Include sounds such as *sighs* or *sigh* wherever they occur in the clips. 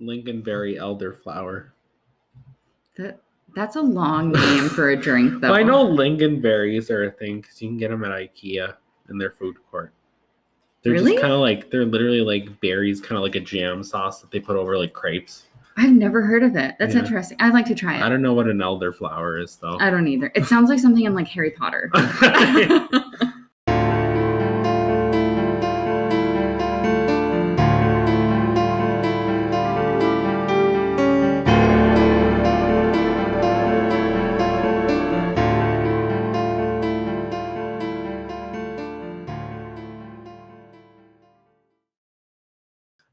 Lingonberry elderflower. That that's a *laughs* long name for a drink, though. Well, I know lingonberries are a thing because you can get them at IKEA in their food court. They're Really? just kind of like they're literally like berries, kind of like a jam sauce that they put over like crepes. I've never heard of it. That's Yeah. interesting. I'd like to try it. I don't know what an elderflower is though. I don't either. It sounds like something in like *laughs* Harry Potter. *laughs*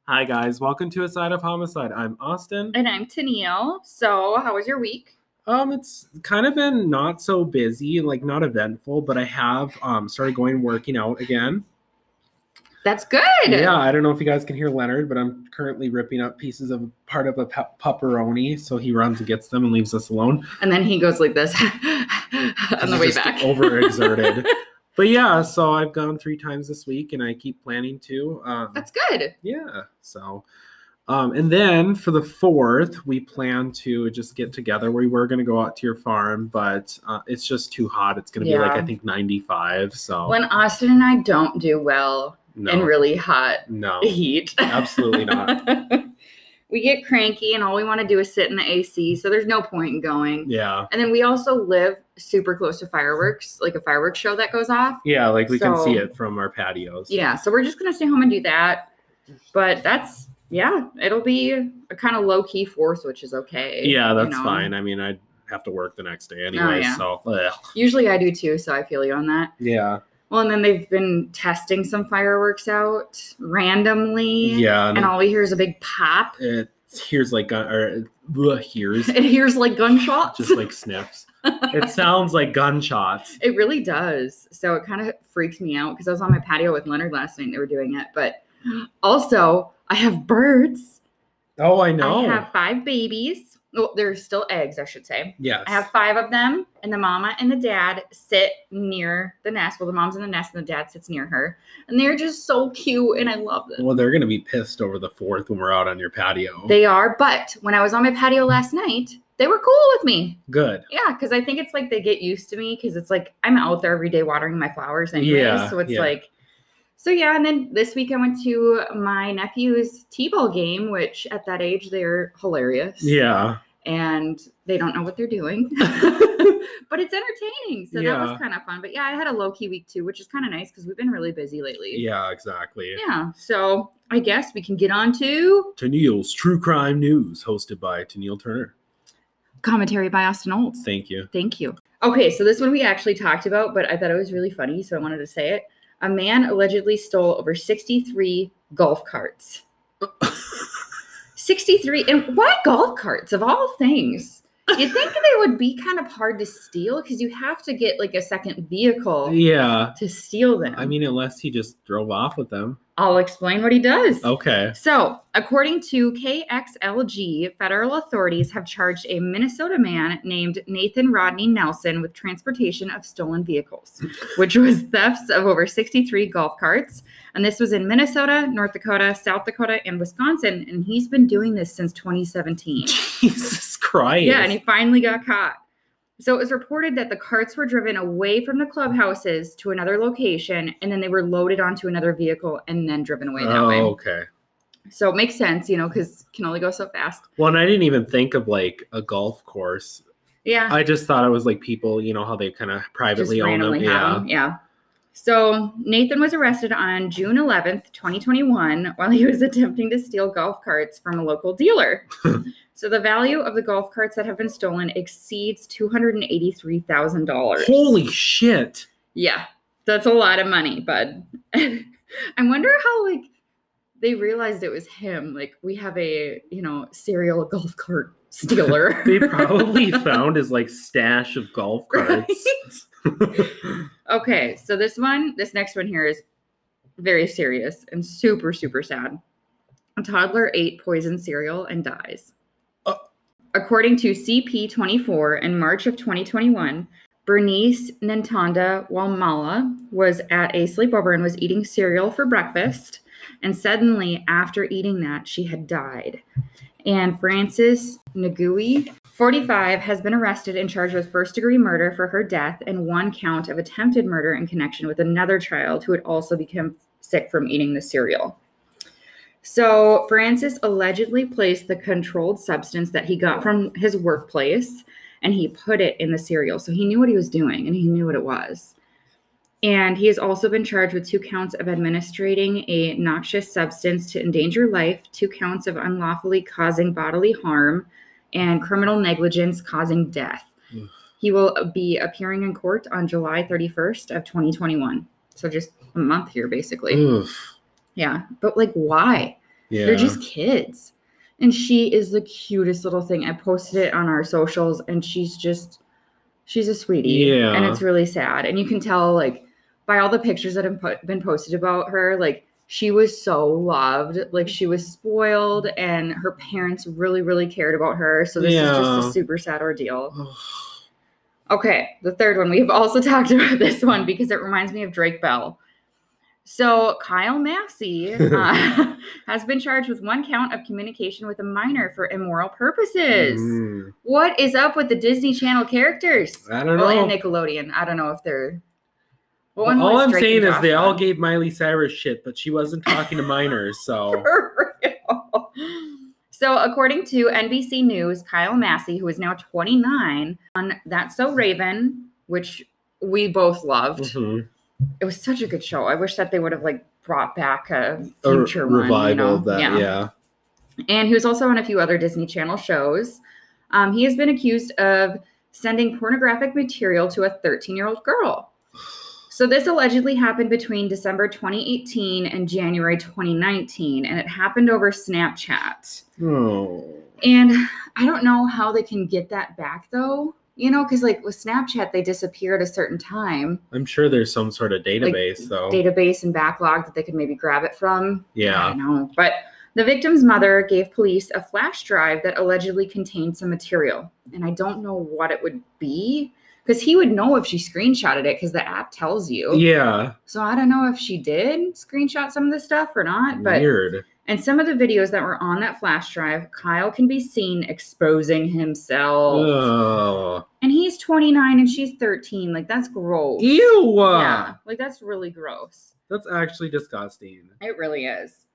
Hi guys, welcome to a side of homicide. I'm Austin. and I'm Tennille. So, how was your week? Um, it's kind of been not so busy, like not eventful, but I have um started going working out again. That's good. Yeah, I don't know if you guys can hear Leonard, but I'm currently ripping up pieces of part of a pe- pepperoni, so he runs and gets them and leaves us alone. And then he goes like this *laughs* on the way He's just back. overexerted. but yeah, so I've gone three times this week, and I keep planning to. Um, *laughs* That's good. yeah, so. Um, and then for the fourth, we plan to just get together. We were going to go out to your farm, but uh, it's just too hot. It's going to be like, Yeah. I think, 95. So, When Austin and I don't do well no. in really hot no. heat, Absolutely *laughs* not. we get cranky and all we want to do is sit in the AC. So, there's no point in going. Yeah. And then we also live super close to fireworks, like a fireworks show that goes off. Yeah, like we can see So- it from our patios. Yeah, so we're just gonna stay home and do that. But that's yeah, it'll be a kind of low key fourth, which is okay. Yeah, you that's know? Oh, fine. I mean, I'd have to work the next day anyway, yeah. so ugh. Usually I do too, so I feel you on that. yeah, Well, and then they've been testing some fireworks out randomly. yeah. And And all we hear is a big pop. *laughs* it hears like gun or bleh, hears It hears like gunshots. just like sniffs. It sounds like gunshots. *laughs* It really does. So it kind of freaks me out because I was on my patio with Leonard last night and they were doing it. But also, I have birds. Oh, I know. I have five babies. Well, they're still eggs, I should say. yes. I have five of them, and the mama and the dad sit near the nest. Well, the mom's in the nest, and the dad sits near her, and they're just so cute, and I love them. well, they're gonna be pissed over the fourth when we're out on your patio. They are, but when I was on my patio last night, they were cool with me. Good. Yeah, because I think it's like they get used to me because it's like I'm out there every day watering my flowers, anyways. Yeah, so it's yeah. like, so yeah. And then this week I went to my nephew's t-ball game, which at that age they're hilarious. Yeah. and they don't know what they're *laughs* doing. *laughs* but it's entertaining. So that Yeah. was kind of fun. But yeah, I had a low key week too, which is kind of nice because we've been really busy lately. Yeah. Exactly. Yeah, So I guess we can get on to Tennille's True Crime News, hosted by Tennille Turner. commentary by Austin Olds. Thank you. Thank you. Okay. So this one we actually talked about, but I thought it was really funny. So I wanted to say it. A man allegedly stole over 63 *laughs* golf carts. 63 and why golf carts of all things you'd think they would be kind of hard to steal because you have to get like a second vehicle Yeah. to steal them I mean, unless he just drove off with them. i'll explain what he does Okay. so according to kxlg federal authorities have charged a minnesota man named nathan rodney nelson with transportation of stolen vehicles which was thefts of over 63 golf carts and this was in minnesota north dakota south dakota and wisconsin and he's been doing this since 2017 *laughs* Jesus Christ. Yeah, and he finally got caught. So it was reported that the carts were driven away from the clubhouses to another location, and then they were loaded onto another vehicle and then driven away that oh, way. okay. So it makes sense, you know, because can only go so fast. Well, and I didn't even think of like a golf course. Yeah, I just thought it was like people, you know, how they kind of just privately own them. randomly have Yeah. them. Yeah. So Nathan was arrested on June 11th, 2021, while he was *laughs* attempting to steal golf carts from a *laughs* local dealer. so the value of the golf carts that have been stolen exceeds $283,000. Holy shit. Yeah, that's a lot of money, bud. *laughs* I wonder how like they realized it was him. Like we have a you know serial *laughs* golf cart stealer. They *laughs* probably found his like stash of golf carts. okay, so this one, this next one here is very serious and super super sad. A toddler ate poison cereal and dies. Oh. According to CP24, in March of 2021, Bernice Nantanda Walmala was at a sleepover and was eating cereal for breakfast. And suddenly, after eating that, she had died. and Frances Ngui, 45, has been arrested and charged with first degree murder for her death and one count of attempted murder in connection with another child who had also become sick from eating the cereal. So, Francis allegedly placed the controlled substance that he got from his workplace and he put it in the cereal. So, he knew what he was doing and he knew what it was. And he has also been charged with two counts of administering a noxious substance to endanger life, two counts of unlawfully causing bodily harm, and criminal negligence causing death. Ugh. He will be appearing in court on July 31st of 2021. So just a month here basically. Mm. Oof. Yeah, but like why? Yeah. They're just kids. And she is the cutest little thing. I posted it on our socials and she's just she's a sweetie. And Yeah. it's really sad. And you can tell like by all the pictures that have po- been posted about her, like she was so loved. Like she was spoiled and her parents really really cared about her. So this is just Yeah. a super sad ordeal. Ugh. Okay, the third one. We've also *laughs* talked about this one because it reminds me of Drake Bell. So, Kyle *laughs* Massey uh, *laughs* has been charged with one count of communication with a minor for immoral purposes. Mm, What is up with the Disney Channel characters? I don't know. Well, and Nickelodeon. I don't know if they're. What one all was I'm Drake saying and is they Josh all on? gave Miley Cyrus shit, but she wasn't talking to minors, so *laughs* For real. So, according to NBC News, Kyle Massey, who is now 29, on That's So Raven, which we both loved. Mhm. it was such a good show. I wish that they would have like brought back a a re- future one, you revival know? of that. Yeah. And he was also on a few other Disney Channel shows. Um, he has been accused of sending pornographic material to a 13 year old girl. So this allegedly happened between December 2018 and January 2019, and it happened over Snapchat. Oh. And I don't know how they can get that back though, you know, because like with Snapchat, they disappear at a certain time. I'm sure there's some sort of database though. database and backlog that they could maybe grab it from. I yeah. know. But the victim's mother gave police a flash drive that allegedly contained some material. And I don't know what it would be because he would know if she screenshotted it because the app tells you. Yeah. So I don't know if she did screenshot some of this stuff or not. But Weird. and some of the videos that were on that flash drive, Kyle can be seen exposing himself. Oh. And he's 29 and she's 13. Like that's gross. Ew. Yeah. Like that's really gross. That's actually disgusting. It really is.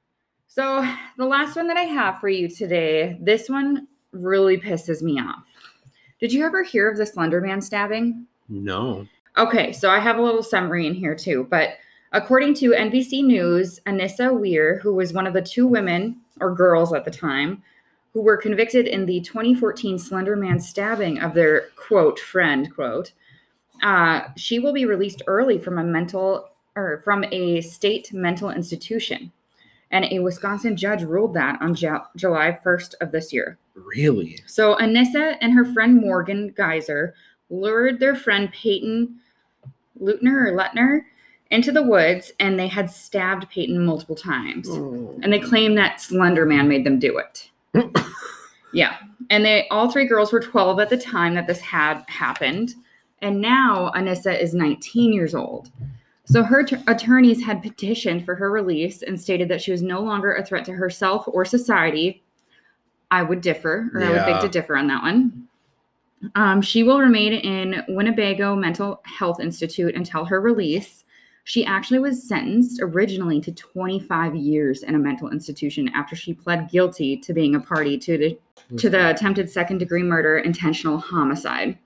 So, the last one that I have for you today, this one really pisses me off. Did you ever hear of the Slender Man stabbing? No. Okay, so I have a little summary in here too, but according to NBC News, Anissa Weir, who was one of the two women or girls at the time who were convicted in the 2014 Slender Man stabbing of their quote friend quote, uh, she will be released early from a mental or from a state mental institution, and a Wisconsin judge ruled that on Ju- July 1st of this year. Really? So Anissa and her friend Morgan Geyser lured their friend Peyton Lutner or Lutner into the woods and they had stabbed Peyton multiple times. Mm. And they claim that Slender Man made them do it. yeah. And they all three girls were 12 at the time that this had happened. And now Anissa is 19 years old. So her t- attorneys had petitioned for her release and stated that she was no longer a threat to herself or society. I would differ, or I would beg Yeah. to differ on that one. Um, she will remain in Winnebago Mental Health Institute until her release. She actually was sentenced originally to 25 years in a mental institution after she pled guilty to being a party to the to the attempted second degree murder intentional homicide.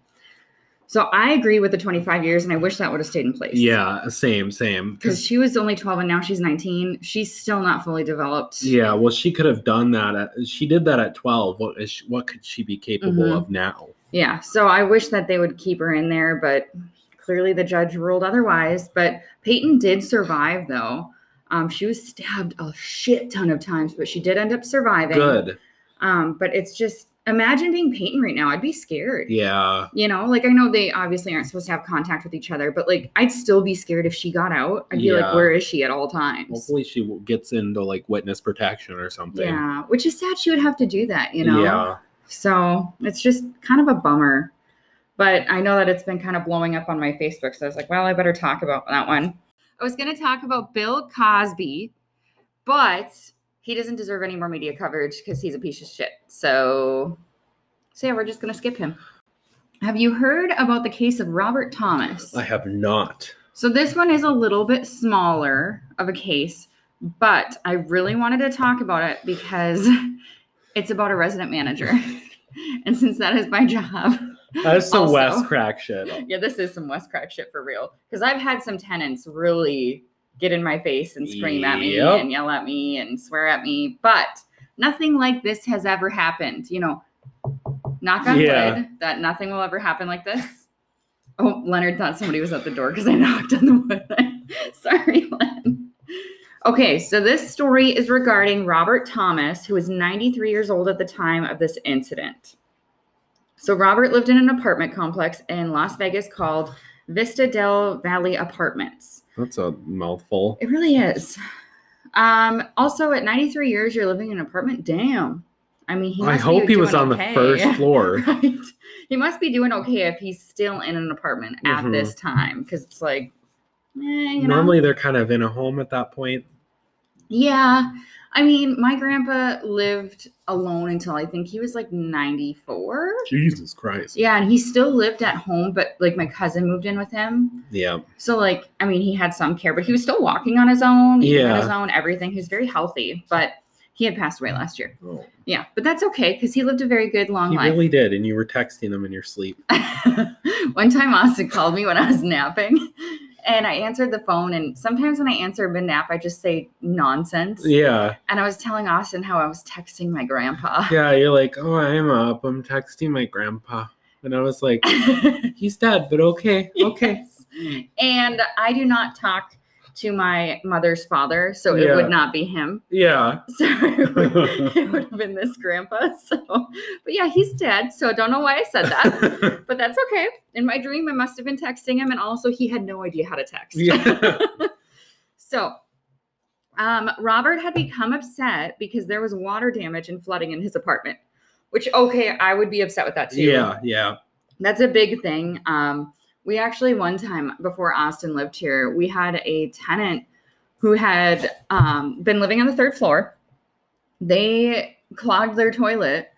So I agree with the 25 years and I wish that would have stayed in place. Yeah. Same. Same. Cuz she was only 12 and now she's 19. She's still not fully developed. Yeah. Well, she could have done that. At, she did that at 12. What is she, What could she be capable Mhm. of now? Yeah, so I wish that they would keep her in there, but clearly the judge ruled otherwise. But Peyton did survive, though. Um, she was stabbed a shit ton of times, but she did end up surviving. Good. Um, but it's just imagine being Peyton right now. I'd be scared. Yeah. You know, like I know they obviously aren't supposed to have contact with each other, but like I'd still be scared if she got out. I'd be like, Yeah. where is she at all times? Hopefully she w- gets into like witness protection or something. Yeah, which is sad she would have to do that, you know? Yeah. So it's just kind of a bummer. But I know that it's been kind of blowing up on my Facebook. So I was like, well, I better talk about that one. I was going to talk about Bill Cosby, but he doesn't deserve any more media coverage because he's a piece of shit. So, so yeah, we're just gonna skip him. Have you heard about the case of Robert Thomas? I have *laughs* not. So this one is a little bit smaller of a case, but I really wanted to talk about it because *laughs* it's about a resident manager. *laughs* and since that is my job, *laughs* That's some Also- West crack shit. *laughs* yeah, this is some West Crack shit for real. Because I've had some tenants really get in my face and scream at me Yep. and yell at me and swear at me, but nothing like this has ever happened. You know, knock on Yeah. wood that nothing will ever happen like this. Oh, Leonard thought somebody was at the door because I *laughs* knocked on the wood. *laughs* Sorry, Len. Okay, so this story is regarding Robert Thomas, who was 93 years old at the time of this incident. So Robert lived in an apartment complex in Las Vegas called Vista del Valley Apartments. That's a mouthful. It really is. Um, also, at 93 years, you're living in an apartment. Damn. I mean, he I must be hope he was doing on okay. the *laughs* first floor. Right. He must be doing okay if he's still in an apartment at Mhm. this time because it's like, eh, you know? Normally they're kind of in a home at that point. Yeah. I mean, my grandpa lived alone until I think he was like 94. Jesus Christ. Yeah, and he still lived at home, but like my cousin moved in with him. Yeah. So like, I mean, he had some care, but he was still walking on his own, eating on Yeah. his own, everything. He was very healthy, but he had passed away last year. Oh, Yeah, but that's okay because he lived a very good long he life. really did, and you were texting him in your sleep. *laughs* One time, Austin called me when I was napping, and I answered the phone. And sometimes when I answer mid nap, I just say nonsense. Yeah. And I was telling Austin how I was texting my grandpa. *laughs* Yeah. You're like, oh, I'm up. I'm texting my grandpa. And I was like, he's dead, but *laughs* okay. Okay. Yes. And I do not talk to my mother's father, so it Yeah. would not be him. *laughs* Yeah. So it *laughs* would, it would have been this grandpa. *laughs* So, but yeah, he's dead. So I don't know why I *laughs* said that, but that's okay. In my dream, I must have been texting him, and also he had no idea how to text. yeah. *laughs* So, um, Robert had become upset because there was water damage and flooding in his apartment. Which okay, I would be upset with that too. Yeah. Yeah. That's a big thing. Um, we actually one time before Austin lived here, we had a tenant who had um, been living on the third floor. They clogged their toilet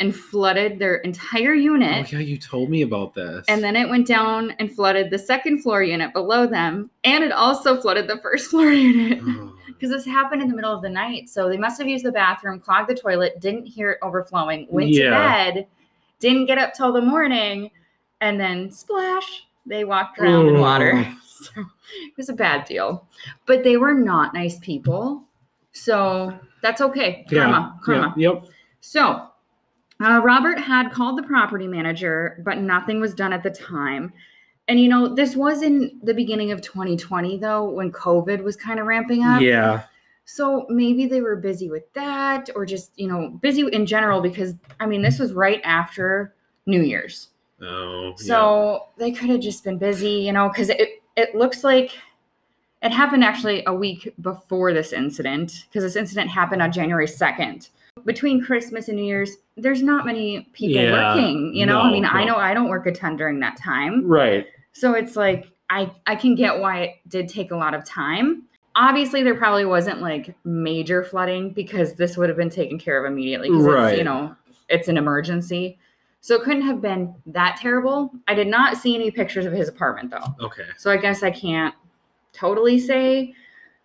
and flooded their entire Oh, unit. yeah. You told me about this. And then it went down and flooded the second floor unit below them. And it also flooded the first floor *laughs* unit. Oh. Because this happened in the middle of the night. So they must have used the bathroom, clogged the toilet, didn't hear it overflowing, went to Yeah. bed, didn't get up till the morning, and then splash, they walked around in water. *laughs* So it was a bad deal. But they were not nice people. So that's okay. *sighs* Yeah, Karma, karma. Yeah, yep. So, uh, Robert had called the property manager, but nothing was done at the time. And you know, this was in the beginning of 2020, though, when COVID was kind of ramping up. Yeah. So maybe they were busy with that, or just, you know, busy in general, because I mean, this was right after New Year's. Oh. So they could have just been busy, you know, because it, it looks like it happened actually a week before this incident, because this incident happened on January 2nd. Between Christmas and New Year's, there's not many people Yeah, working, you know? I no, mean, I no. know I don't work a ton during that yeah. time. Right. So it's like, I, I can get why it did take a lot of time. Obviously, there probably wasn't like major flooding because this would have been taken care of immediately. 'cause It's, you Right. know, it's an emergency. So it couldn't have been that terrible. I did not see any pictures of his apartment though. Okay. So I guess I can't totally say.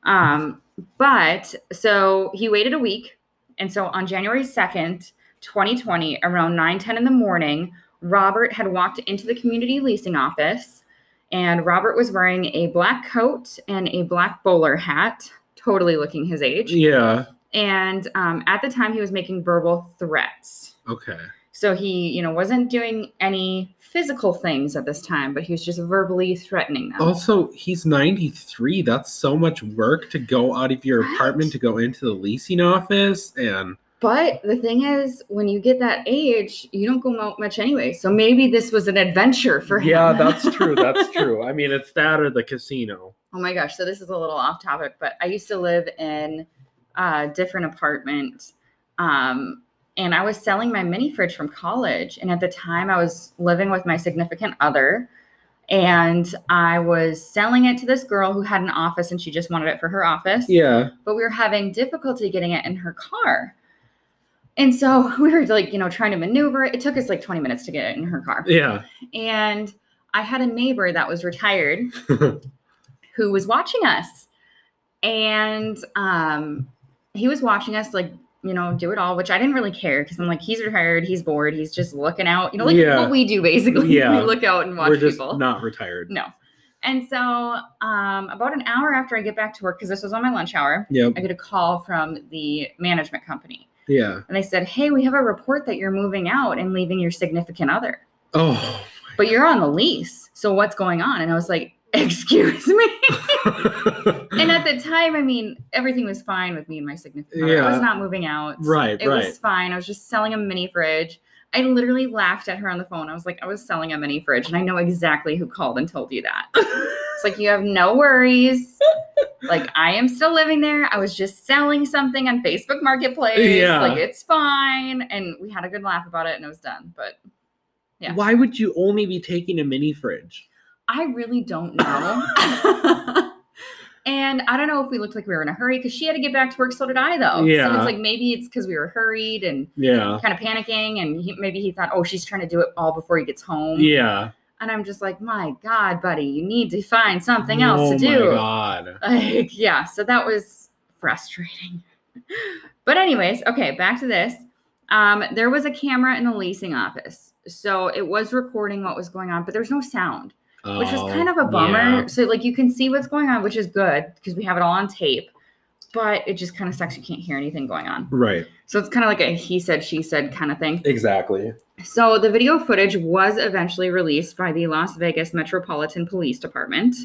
Um, but so he waited a week. And so on January 2nd, 2020, around 9 10 in the morning, Robert had walked into the community leasing office. And Robert was wearing a black coat and a black bowler hat, totally looking his age. Yeah. And um, at the time, he was making verbal threats. Okay. So he, you know, wasn't doing any physical things at this time, but he was just verbally threatening them. Also, he's 93. That's so much work to go out of your Right. apartment to go into the leasing office. And But the thing is, when you get that age, you don't go out much anyway. So maybe this was an adventure for him. yeah, that's *laughs* true. That's true. I mean, it's that or the casino. oh my gosh. So this is a little off topic, but I used to live in a different apartment. Um, and I was selling my mini fridge from college. And at the time, I was living with my significant other. And I was selling it to this girl who had an office and she just wanted it for her office. Yeah. But we were having difficulty getting it in her car. And so *laughs* we were like, you know, trying to maneuver. It took us like 20 minutes to get it in her car. Yeah. And I had a neighbor that was retired *laughs* who was watching us. And um, he was watching us, like, you know, do it all, which I didn't really care because I'm like, he's retired, he's bored, he's just looking out, you know, like Yeah. what we do basically. *laughs* Yeah. We look out and watch We're just people. not retired. no. And so um, about an hour after I get back to work, because this was on my lunch hour, Yep. I get a call from the management company. Yeah. And they said, Hey, we have a report that you're moving out and leaving your significant other, Oh. but you're on the lease. So what's going on? And I was like, *laughs* Excuse me. *laughs* *laughs* *laughs* And at the time, I mean, everything was fine with me and my significant other. I Yeah. was not moving out. right. It right. was fine. I was just selling a mini fridge. I literally laughed at her on the phone. I was like, I was selling a mini fridge, and I know exactly who called and told you that. it's like, you have no worries. Like, I am still living there. I was just selling something on Facebook Marketplace. Yeah. Like, it's fine. And we had a good laugh about it, and it was done. But *laughs* yeah. Why would you only be taking a mini fridge? I really don't know. *laughs* and I don't know if we looked like we were in a hurry because she had to get back to work. So did I, though. So Yeah. it's like maybe it's because we were hurried and Yeah. kind of panicking, and he, maybe he thought, oh, she's trying to do it all before he gets home. Yeah. And I'm just like, my God, buddy, you need to find something else oh to do. my god. Like, yeah. So that was frustrating. but anyways, okay, back to this. Um, there was a camera in the leasing office, so it was recording what was going on, but there's no sound which was kind of a Oh, bummer. yeah. So like you can see what's going on, which is good because we have it all on tape. But it just kind of sucks. You can't hear anything going on. Right. So it's kind of like a he said, she said kind of thing. Exactly. So the video footage was eventually released by the Las Vegas Metropolitan Police Department.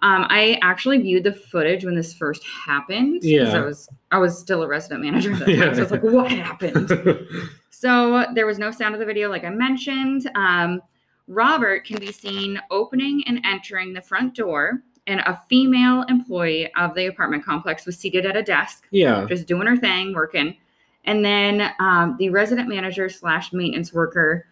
Um, I actually viewed the footage when this first happened. 'cause Yeah. I was I was still a resident *laughs* manager. At that Yeah. time, so I was like, what happened? So there was no sound of the video, like I mentioned. Um, Robert can be seen opening and entering the front door, and a female employee of the apartment complex was seated at a desk, *laughs* yeah. just doing her thing, working. And then um, the resident manager slash maintenance worker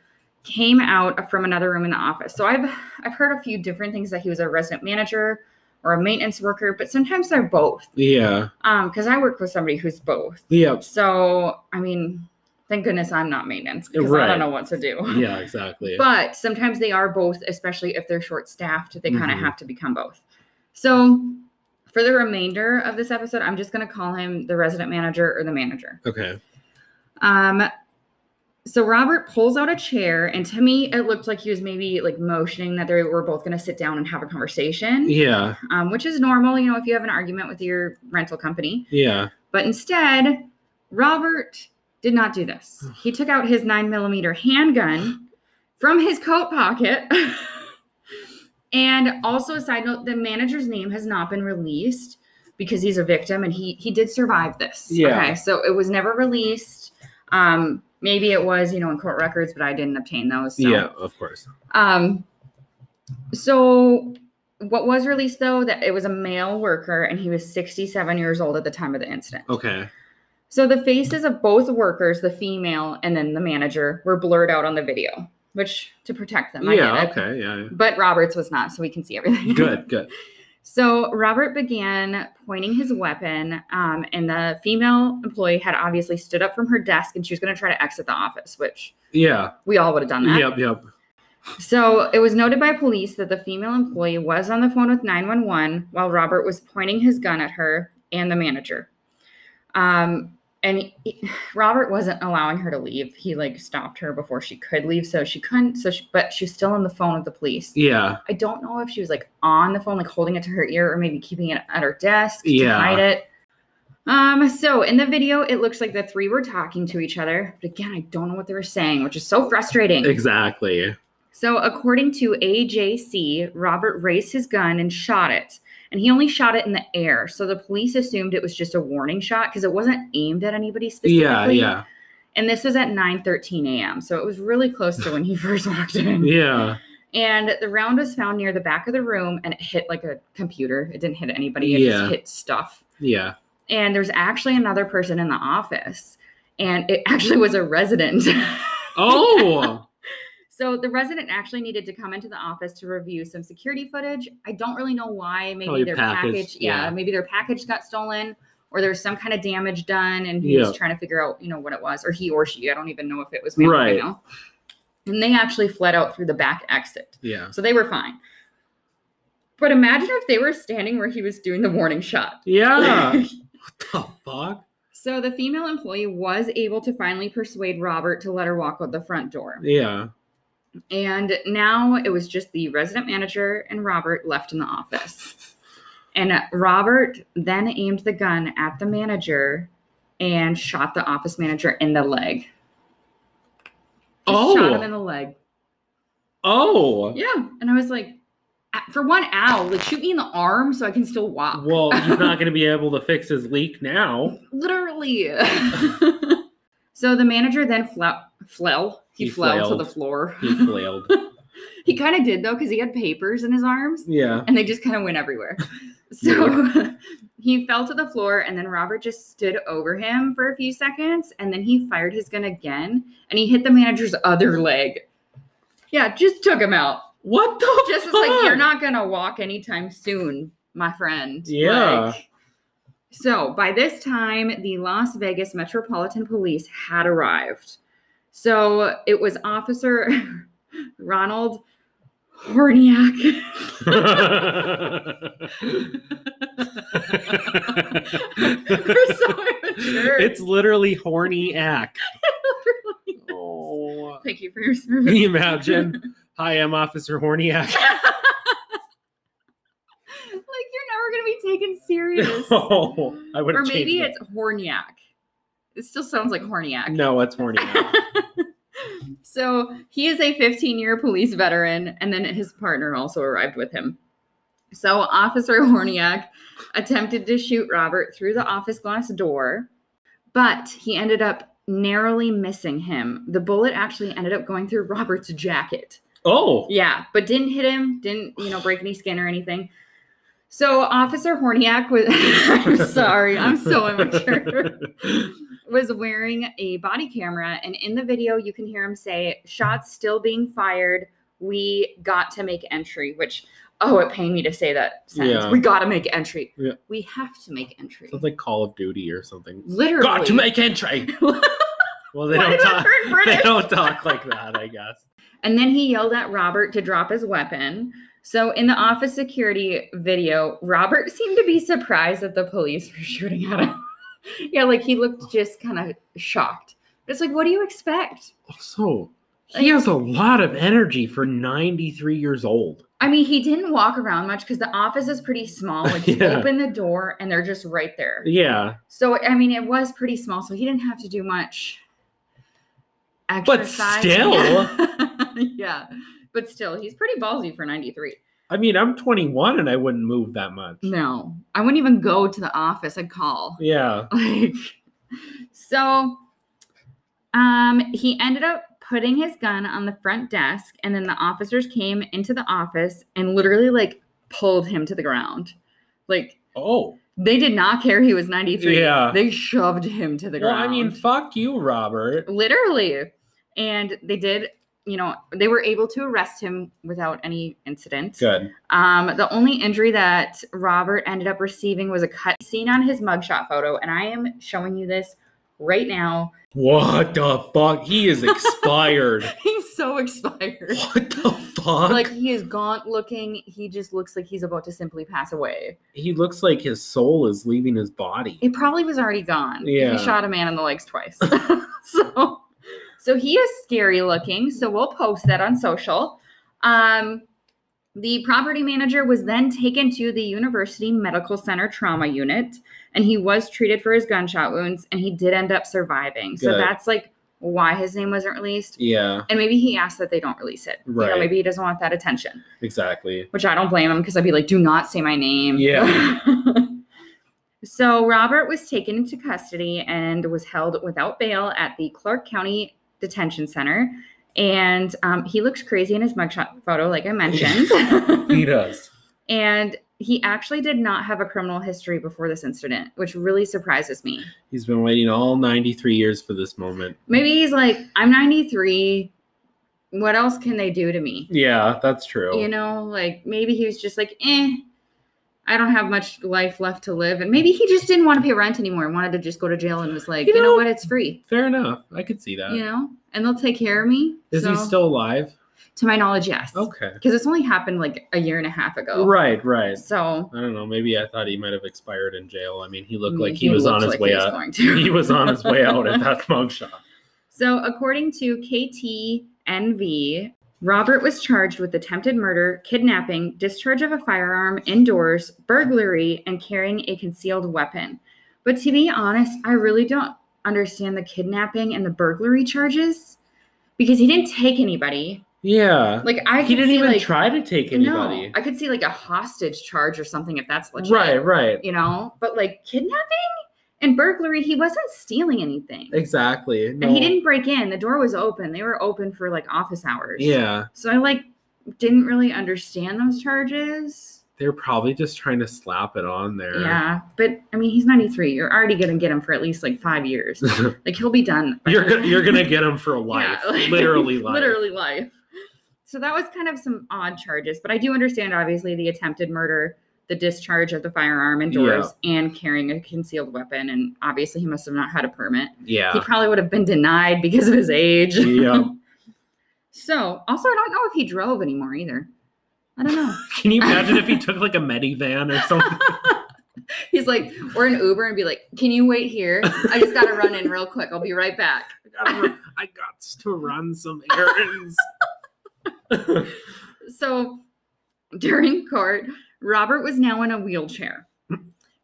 came out from another room in the office. So I've I've heard a few different things that he was a resident manager or a maintenance worker, but sometimes they're both. Yeah. Um, because I work with somebody who's both. Yep. So, I mean, thank goodness I'm not maintenance because I Right. don't know what to do. Yeah. Exactly. But sometimes they are both, especially if they're short staffed, they kind of Mhm. have to become both. So, for the remainder of this episode, I'm just going to call him the resident manager or the manager. okay. Um, so Robert pulls out a chair, and to me, it looked like he was maybe like motioning that they were both going to sit down and have a conversation, Yeah. um, which is normal, you know, if you have an argument with your rental company. Yeah. But instead, Robert did not *sighs* do this. He took out his nine millimeter handgun from his coat pocket. *laughs* and also, a side note, the manager's name has not been released because he's a victim and he he did survive this. Yeah. Okay. So it was never released. Um, maybe it was, you know, in court records, but I didn't obtain those. So. Yeah. Of course. Um, so what was released though that it was a male worker and he was 67 years old at the time of the incident. Okay. So the faces of both workers, the female and then the manager, were blurred out on the video, which to protect them. I yeah. get it. Okay. Yeah. yeah. But Roberts was not, so we can see everything. Good. Good. *laughs* So Robert began pointing his weapon, um, and the female employee had obviously stood up from her desk and she was going to try to exit the office, which *laughs* Yeah. we all would have done that. Yep. Yep. So it was noted by police that the female employee was on the phone with 911 while Robert was pointing his gun at her and the manager. Um, and he- Robert wasn't allowing her to leave. He like stopped her before she could leave, so she couldn't. So, she, but she was still on the phone with the police. Yeah. I don't know if she was like on the phone, like holding it to her ear, or maybe keeping it at her desk Yeah. to hide it. Um, so in the video, it looks like the three were talking to each other, but again, I don't know what they were saying, which is so frustrating. Exactly. So, according to AJC, Robert raised his gun and shot it. And he only shot it in the air. So the police assumed it was just a warning shot because it wasn't aimed at anybody specifically. Yeah. Yeah. And this was at 9 13 a.m. So it was really close to when he *laughs* first walked in. Yeah. And the round was found near the back of the room and it hit like a computer. It didn't hit anybody, it Yeah. just hit stuff. Yeah. And there's actually another person in the *laughs* office. And it actually was a resident. Oh. So the resident actually needed to come into the office to review some security footage. I don't really know why. Maybe Probably their package, package, yeah, yeah. maybe their package got stolen or there's some kind of damage done and he was Yeah. trying to figure out, you know, what it was, or he or she. I don't even know if it was male or Right. female. And they actually fled out through the back exit. Yeah. So they were fine. But imagine if they were standing where he was doing the warning shot. Yeah. the fuck? *laughs* So the female employee was able to finally persuade Robert to let her walk out the front door. Yeah. And now it was just the resident manager and Robert left in the office. And uh, Robert then aimed the gun at the manager and shot the office manager in the leg. Just Shot him in Oh. the leg. Oh. Yeah. And I was like, "Ah, for one, ow, like shoot me in the arm so I can still walk. Well, he's not going to be able to fix his leak now. Literally. *laughs* so the manager then fla- flell. He, He fell to flailed. the floor. He *laughs* flailed. he kind of did though, because he had papers in his arms. Yeah. and they just kind of went everywhere. So *laughs* he fell to the floor, and then Robert just stood over him for a few seconds, and then he fired his gun again, and he hit the manager's other leg. Yeah, just took him out. What the Just was fuck? like, you're not gonna walk anytime soon, my friend. Yeah. Like- so by this time, the Las Vegas Metropolitan Police had arrived. So it was Officer *laughs* Ronald Horniak. *laughs* *laughs* We're so *laughs* immature. it's literally *laughs* horny act. oh. Thank you for your Can *laughs* service. you imagine? Hi, I'm Officer Horny *laughs* Act. like you're never gonna be taken serious. *laughs* oh, I would or have maybe changed it's Horniak. It still sounds like Horniak. it. No, it's Horny *laughs* Act. So he is a 15 year police veteran, and then his partner also arrived with him. So Officer Horniak attempted to shoot Robert through the office glass door, but he ended up narrowly missing him. The bullet actually ended up going through Robert's jacket. Oh. Yeah, but didn't hit him, didn't, you know, break any skin or anything. So Officer Horniak was *laughs* I'm sorry, I'm so immature. *laughs* was wearing a body camera and in the video you can hear him say shots still being fired. We got to make entry, which oh, it pained me to say that sentence. Yeah. We got to make entry. Yeah. We have to make entry. *laughs* Sounds like Call of Duty or something. Literally. Got to make *laughs* entry. well, they Why don't did I talk. turn British? They don't talk like that, I guess. And then he yelled at Robert to drop his weapon. So in the office security video, Robert *laughs* seemed to be surprised that the police were shooting at him. *laughs* yeah, like he looked just kind of shocked. It's like, what do you expect? Also, he has a lot of energy for 93 years old. I mean, he didn't walk around much because the office is pretty small. Like you *laughs* Yeah. open the door and they're just right there. Yeah, So I mean, it was pretty small, so he didn't have to do much. Exercise. still. *laughs* yeah, but still, he's pretty ballsy for ninety-three. I mean, I'm 21 and I wouldn't move that much. No, I wouldn't even go to the office. I'd call. *laughs* Yeah. Like, so, um, he ended up putting his gun on the front desk, and then the officers came into the office and literally like pulled him to the ground. Like Oh. they did not care he was ninety three. Yeah. they shoved him to the Well, ground. I mean, fuck you, Robert. literally, and they did. You know, they were able to arrest him without any incident. Good. Um, the only injury that Robert ended up receiving was a cut seen on his mugshot photo, and I am showing you this right now. *laughs* What the fuck? He is expired. He's so expired. *laughs* what the fuck? Like he is gaunt looking. He just looks like he's about to simply pass away. he looks like his soul is leaving his body. It probably was already gone. Yeah. He shot a man in the legs twice. *laughs* so so he is scary looking. So we'll post that on social. Um the property manager was then taken to the University Medical Center trauma unit and he was treated for his gunshot wounds and he did end up surviving. So Good. that's like why his name wasn't released. Yeah, And maybe he asked that they don't release it. You know, Right. maybe he doesn't want that attention exactly. which I don't blame him because I'd be like, do not say my name. Yeah. *laughs* so Robert was taken into custody and was held without bail at the Clark County Detention Center. And um, he looks crazy in his mugshot photo, like I mentioned. *laughs* He does. *laughs* and he actually did not have a criminal history before this incident, which really surprises me. He's been waiting all 93 years for this moment. Maybe he's like, I'm 93. what else can they do to me? Yeah, that's true. You know, like maybe he was just like, eh, I don't have much life left to live. And maybe he just didn't want to pay rent anymore, wanted to just go to jail and was like, You you know, know- what, it's free. Fair enough. I could see that. Is You know? And they'll take care of me. he So, still alive? to my knowledge, yes. Okay. Because it's only happened like a year and a half ago. Right, right. So I don't know. Maybe I thought he might have expired in jail. I mean, he I looked mean, like he, was looked on his like way he was out. *laughs* going to. he was on his way *laughs* out at that mugshot. So, according to KTNV, Robert was charged with attempted murder, kidnapping, discharge of a firearm indoors, burglary, and carrying a concealed weapon. But to be honest, I really don't understand the kidnapping and the burglary charges because he didn't take anybody. Yeah. Like I he could didn't see, even like, try to take No, anybody. I could see like a hostage charge or something if that's legit. right, right. You know, but like kidnapping and burglary, he wasn't stealing anything. Exactly. No. And he didn't break in. The door was open. They were open for like office hours. Yeah. So I like didn't really understand those charges. They were probably just trying to slap it on there. Yeah. But I mean, he's 93. You're already going to get him for at least like *laughs* five years. like he'll be done. by you're then. gonna, you're *laughs* gonna get him for life. Yeah, *laughs* like, literally life. Literally life. So that was kind of some odd charges. But I do understand, obviously, the attempted murder, the discharge of the firearm indoors, and carrying a concealed weapon. And obviously, he must have not had a permit. He Yeah. probably would have been denied because of his age. *laughs* yeah. So, also, I don't know if he drove anymore either. I don't know. *laughs* Can you imagine if he took like a medivan or *laughs* something? He's like, or an Uber and be like, can you wait here? I just got to run in real quick. I'll be right back. I gotta run- I got to run some errands. So, during court, Robert was now in a wheelchair.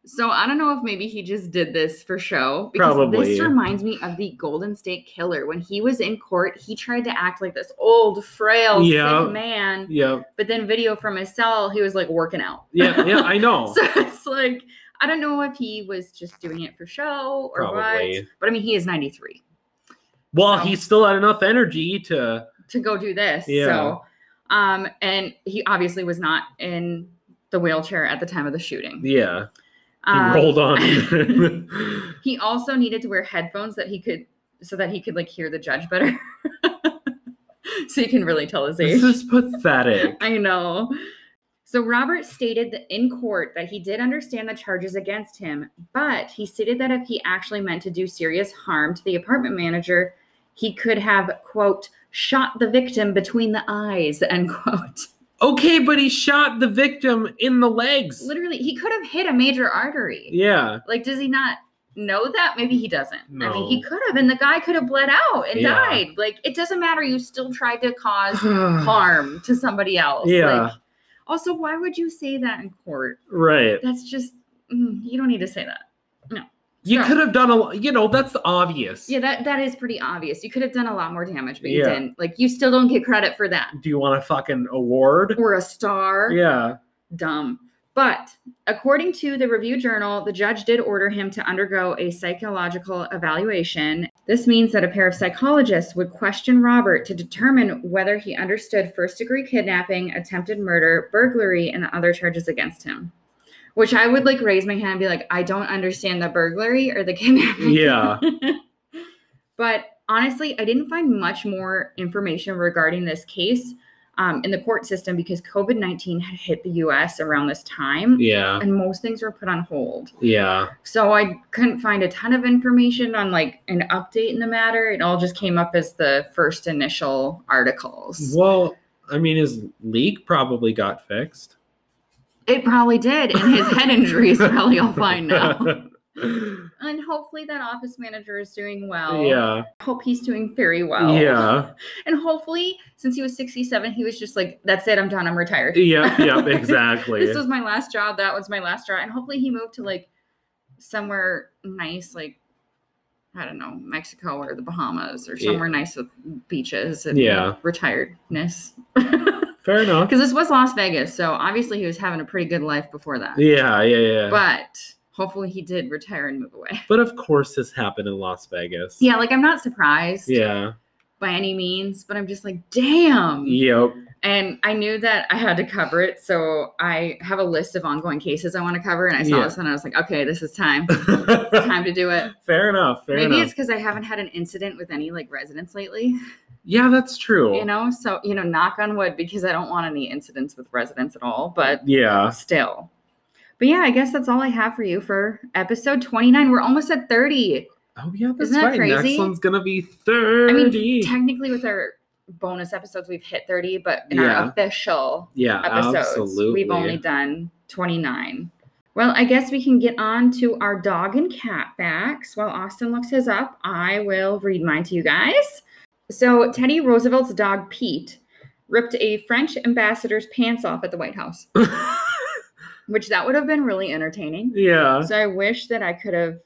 So, I don't know if maybe he just did this for show because Probably. this reminds me of the Golden State Killer. When he was in court, he tried to act like this old, frail, Yeah. sick man. yeah. But then, video from his cell, he was like working out. Yeah. Yeah. I know. *laughs* So it's like I don't know if he was just doing it for show or what. Probably. But I mean, he is 93 well, so- he still had enough energy to. to go do this. Yeah. So, um, and he obviously was not in the wheelchair at the time of the shooting. Yeah. He Um, rolled *laughs* on. *laughs* he also needed to wear headphones that he could so that he could like hear the judge better. *laughs* so you can really tell his age. this is pathetic. I know. So Robert stated that in court that he did understand the charges against him, but he stated that if he actually meant to do serious harm to the apartment manager, he could have, quote, shot the victim between the eyes, end quote. *laughs* Okay, but he shot the victim in the legs. Literally, he could have hit a major artery. Yeah. Like, does he not know that? Maybe he doesn't. I mean, he No. could have, and the guy could have bled out and Yeah. died. Like, it doesn't matter. You still tried to cause harm to somebody else. Yeah. Like, also, why would you say that in court? *sighs* right. That's just mm, you don't need to say that. You So- could have done a lot. You know, that's obvious. Yeah, that that is pretty obvious. You could have done a lot more damage, but you Yeah. didn't. Like you still don't get credit for that. Do you want a fucking award? Or a star. Yeah. Dumb. But according to the review journal, the judge did order him to undergo a psychological evaluation. This means that a pair of psychologists would question Robert to determine whether he understood first degree kidnapping, attempted murder, burglary, and the other charges against him. Which I would like raise my hand and be like, I don't understand the burglary or the kidnapping. *laughs* Yeah. But honestly, I didn't find much more information regarding this case um, in the court system because COVID 19 had hit the US around this time Yeah. and most things were put on hold. Yeah. So I couldn't find a ton of information on like an update in the matter. It all just came up as the first initial articles. Well, I mean, his leak probably got fixed. It probably did. And his head injury is probably all *laughs* fine now. And hopefully that office manager is doing well. Yeah. Hope he's doing very well. Yeah. And hopefully, since he was 67, he was just like, that's it, I'm done, I'm retired. Yeah. *laughs* Yeah. Exactly. this was my last job, that was my last job. And hopefully, he moved to like somewhere nice, like, I don't know, Mexico or the Bahamas or Yeah. somewhere nice with beaches and Yeah. retiredness. Fair enough. Because this was Las Vegas, so obviously he was having a pretty good life before that. Yeah. Yeah. Yeah. But, But hopefully he did retire and move away. *laughs* of course, this happened in Las Vegas. Yeah, like I'm not surprised Yeah. by any means, but I'm just like, damn. Yep. *laughs* And I knew that I had to cover it. So I have a list of ongoing cases I want to cover. And I saw Yeah. this one. I was like, okay, this *laughs* is time. It's fair time to do it. enough. Fair Maybe enough. it's because I haven't had an incident with any like residents lately, yeah, that's true. you know? So, you know, knock on wood because I don't want any incidents with residents at all, but Yeah. still. But yeah, I guess that's all I have for you for episode 29. We're almost at 30. Oh yeah, that's Isn't that right. Next crazy? one's gonna be thirty. Technically, with our bonus episodes, we've hit 30, but in Yeah. our official yeah, episodes. absolutely. We've only done 29. Well, I guess we can get on to our dog and cat facts. While Austin looks his up, I will read mine to you guys. So, Teddy Roosevelt's dog Pete ripped a French ambassador's pants off at the White House, which that would have been really entertaining. *laughs* yeah. So, I wish that I could have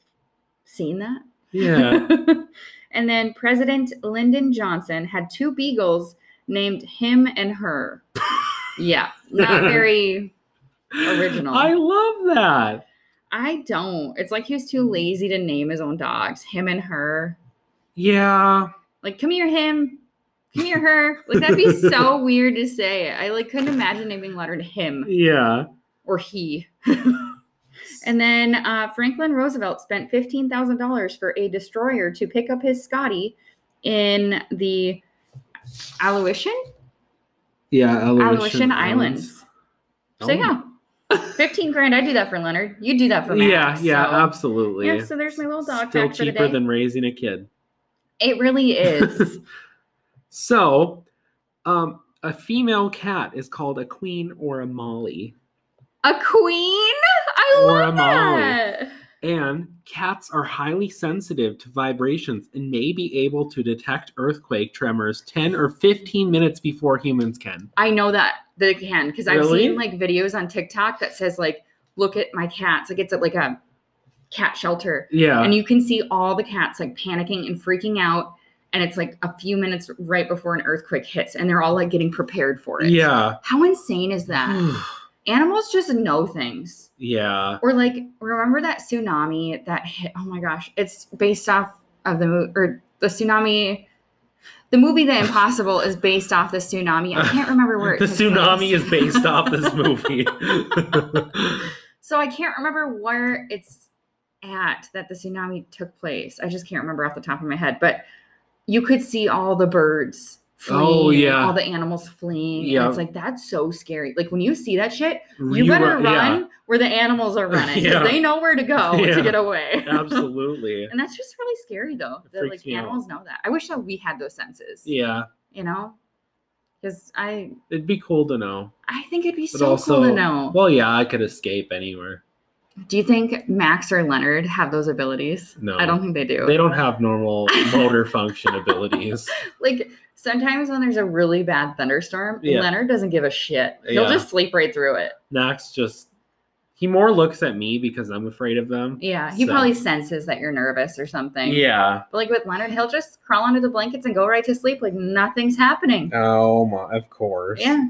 seen that. Yeah. *laughs* and then President Lyndon Johnson had two beagles named him and *laughs* her. yeah, not very. Original. I love that. I don't. It's like he was Mm. too lazy to name his own dogs. Him and her. Yeah. Like, come here, him. *laughs* Come here, her. Like that'd be so weird to say. I like couldn't imagine naming lettered him Yeah. or he. *laughs* and then uh, Franklin Roosevelt spent fifteen thousand dollars for a destroyer to pick up his Scotty in the Aleutian Yeah. Aleutian Islands. So yeah, fifteen grand. I do that for Leonard. You do that for Matt. Oh. Yeah. Yeah. so- absolutely. Yeah, so there's my little dog Still fact for the cheaper day. than raising a kid. *laughs* It really is. So, um, a female cat is called a queen or a molly, A queen? I Or love a Molly. that. and cats are highly sensitive to vibrations and may be able to detect earthquake tremors ten or fifteen minutes before humans can. I know that they can because I've Really? seen like videos on TikTok that says like, look at my cats. Like it's at like a cat shelter, Yeah. and you can see all the cats like panicking and freaking out. And it's like a few minutes right before an earthquake hits, and they're all like getting prepared for it. Yeah. Hmm. How insane is that? Animals just know things. *sighs* yeah. Or like, remember that tsunami that hit? Oh my gosh, it's based off of the movie or the tsunami. The movie The Impossible is based off the tsunami. I can't remember where *laughs* it the took tsunami place. is based *laughs* off this *laughs* movie. so I can't remember where it's at that the tsunami took place. I just can't remember off the top of my head, but you could see all the birds. Fleeing, Oh, yeah. all the animals fleeing. and Yeah. it's like that's so scary. Like when you see that shit, you, Rerun- better run yeah, where the animals *laughs* are running. 'cause Yeah. They know where to *laughs* go Yeah. to get away. absolutely. *laughs* And that's just really scary though. It That freaks like me out. animals know that. I wish that we had those senses. Yeah, You know? Because I it'd be cool to know. I think it'd be But so also, cool to know. well, yeah, I could escape anywhere. Do you think Max or Leonard have those abilities? No. I don't think they do. They don't have *laughs* normal motor function abilities. like sometimes when there's a really bad thunderstorm, Yeah. Leonard doesn't give a shit. He'll Yeah. just sleep right through it. Knox just he more looks at me because I'm afraid of them. Yeah. He So- probably senses that you're nervous or something. Yeah. But like with Leonard, he'll just crawl under the blankets and go right to sleep like nothing's happening. Oh my, of course. Yeah.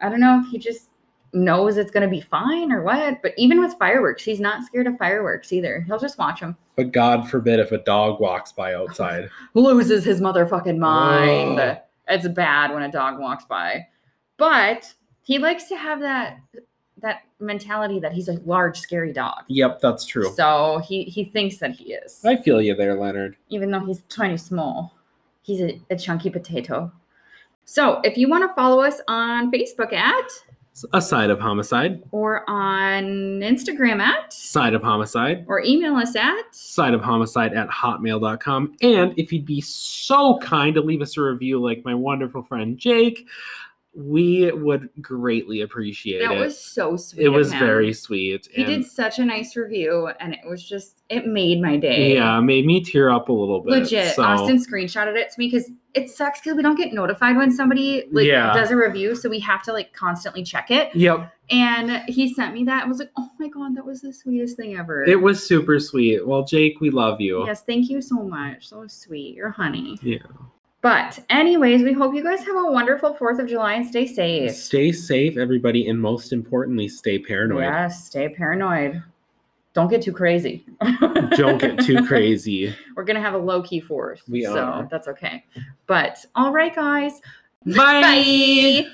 I don't know if he just knows it's going to be fine or what, but even with fireworks, he's not scared of fireworks either. He'll just watch them. But God forbid if a dog walks by outside. *laughs* Loses his motherfucking mind. Oh. It's bad when a dog walks by. But he likes to have that that mentality that he's a large scary dog. yep, that's true. So he he thinks that he is. I feel you there, Leonard. even though he's tiny small. He's a, a chunky potato. So if you want to follow us on Facebook at A side of homicide. or on Instagram at Side of homicide. or email us at side of homicide at hotmail.com and if you'd be so kind to leave us a review like my wonderful friend jake we would greatly appreciate that it was so sweet it of was him. very sweet he and did such a nice review and it was just it made my day yeah made me tear up a little bit legit so austin screenshotted it to me because it sucks because we don't get notified when somebody like Yeah. does a review so we have to like constantly check it yep and he sent me that and was like oh my god that was the sweetest thing ever it was super sweet well jake we love you Yes, thank you so much. So sweet. You're honey. Yeah. But anyways, we hope you guys have a wonderful 4th of July and stay safe. stay safe everybody and most importantly stay paranoid Yes, stay paranoid. Don't get too crazy. don't get too crazy We're gonna have a low key fourth. We so are. that's okay. But all right, guys. bye. Bye.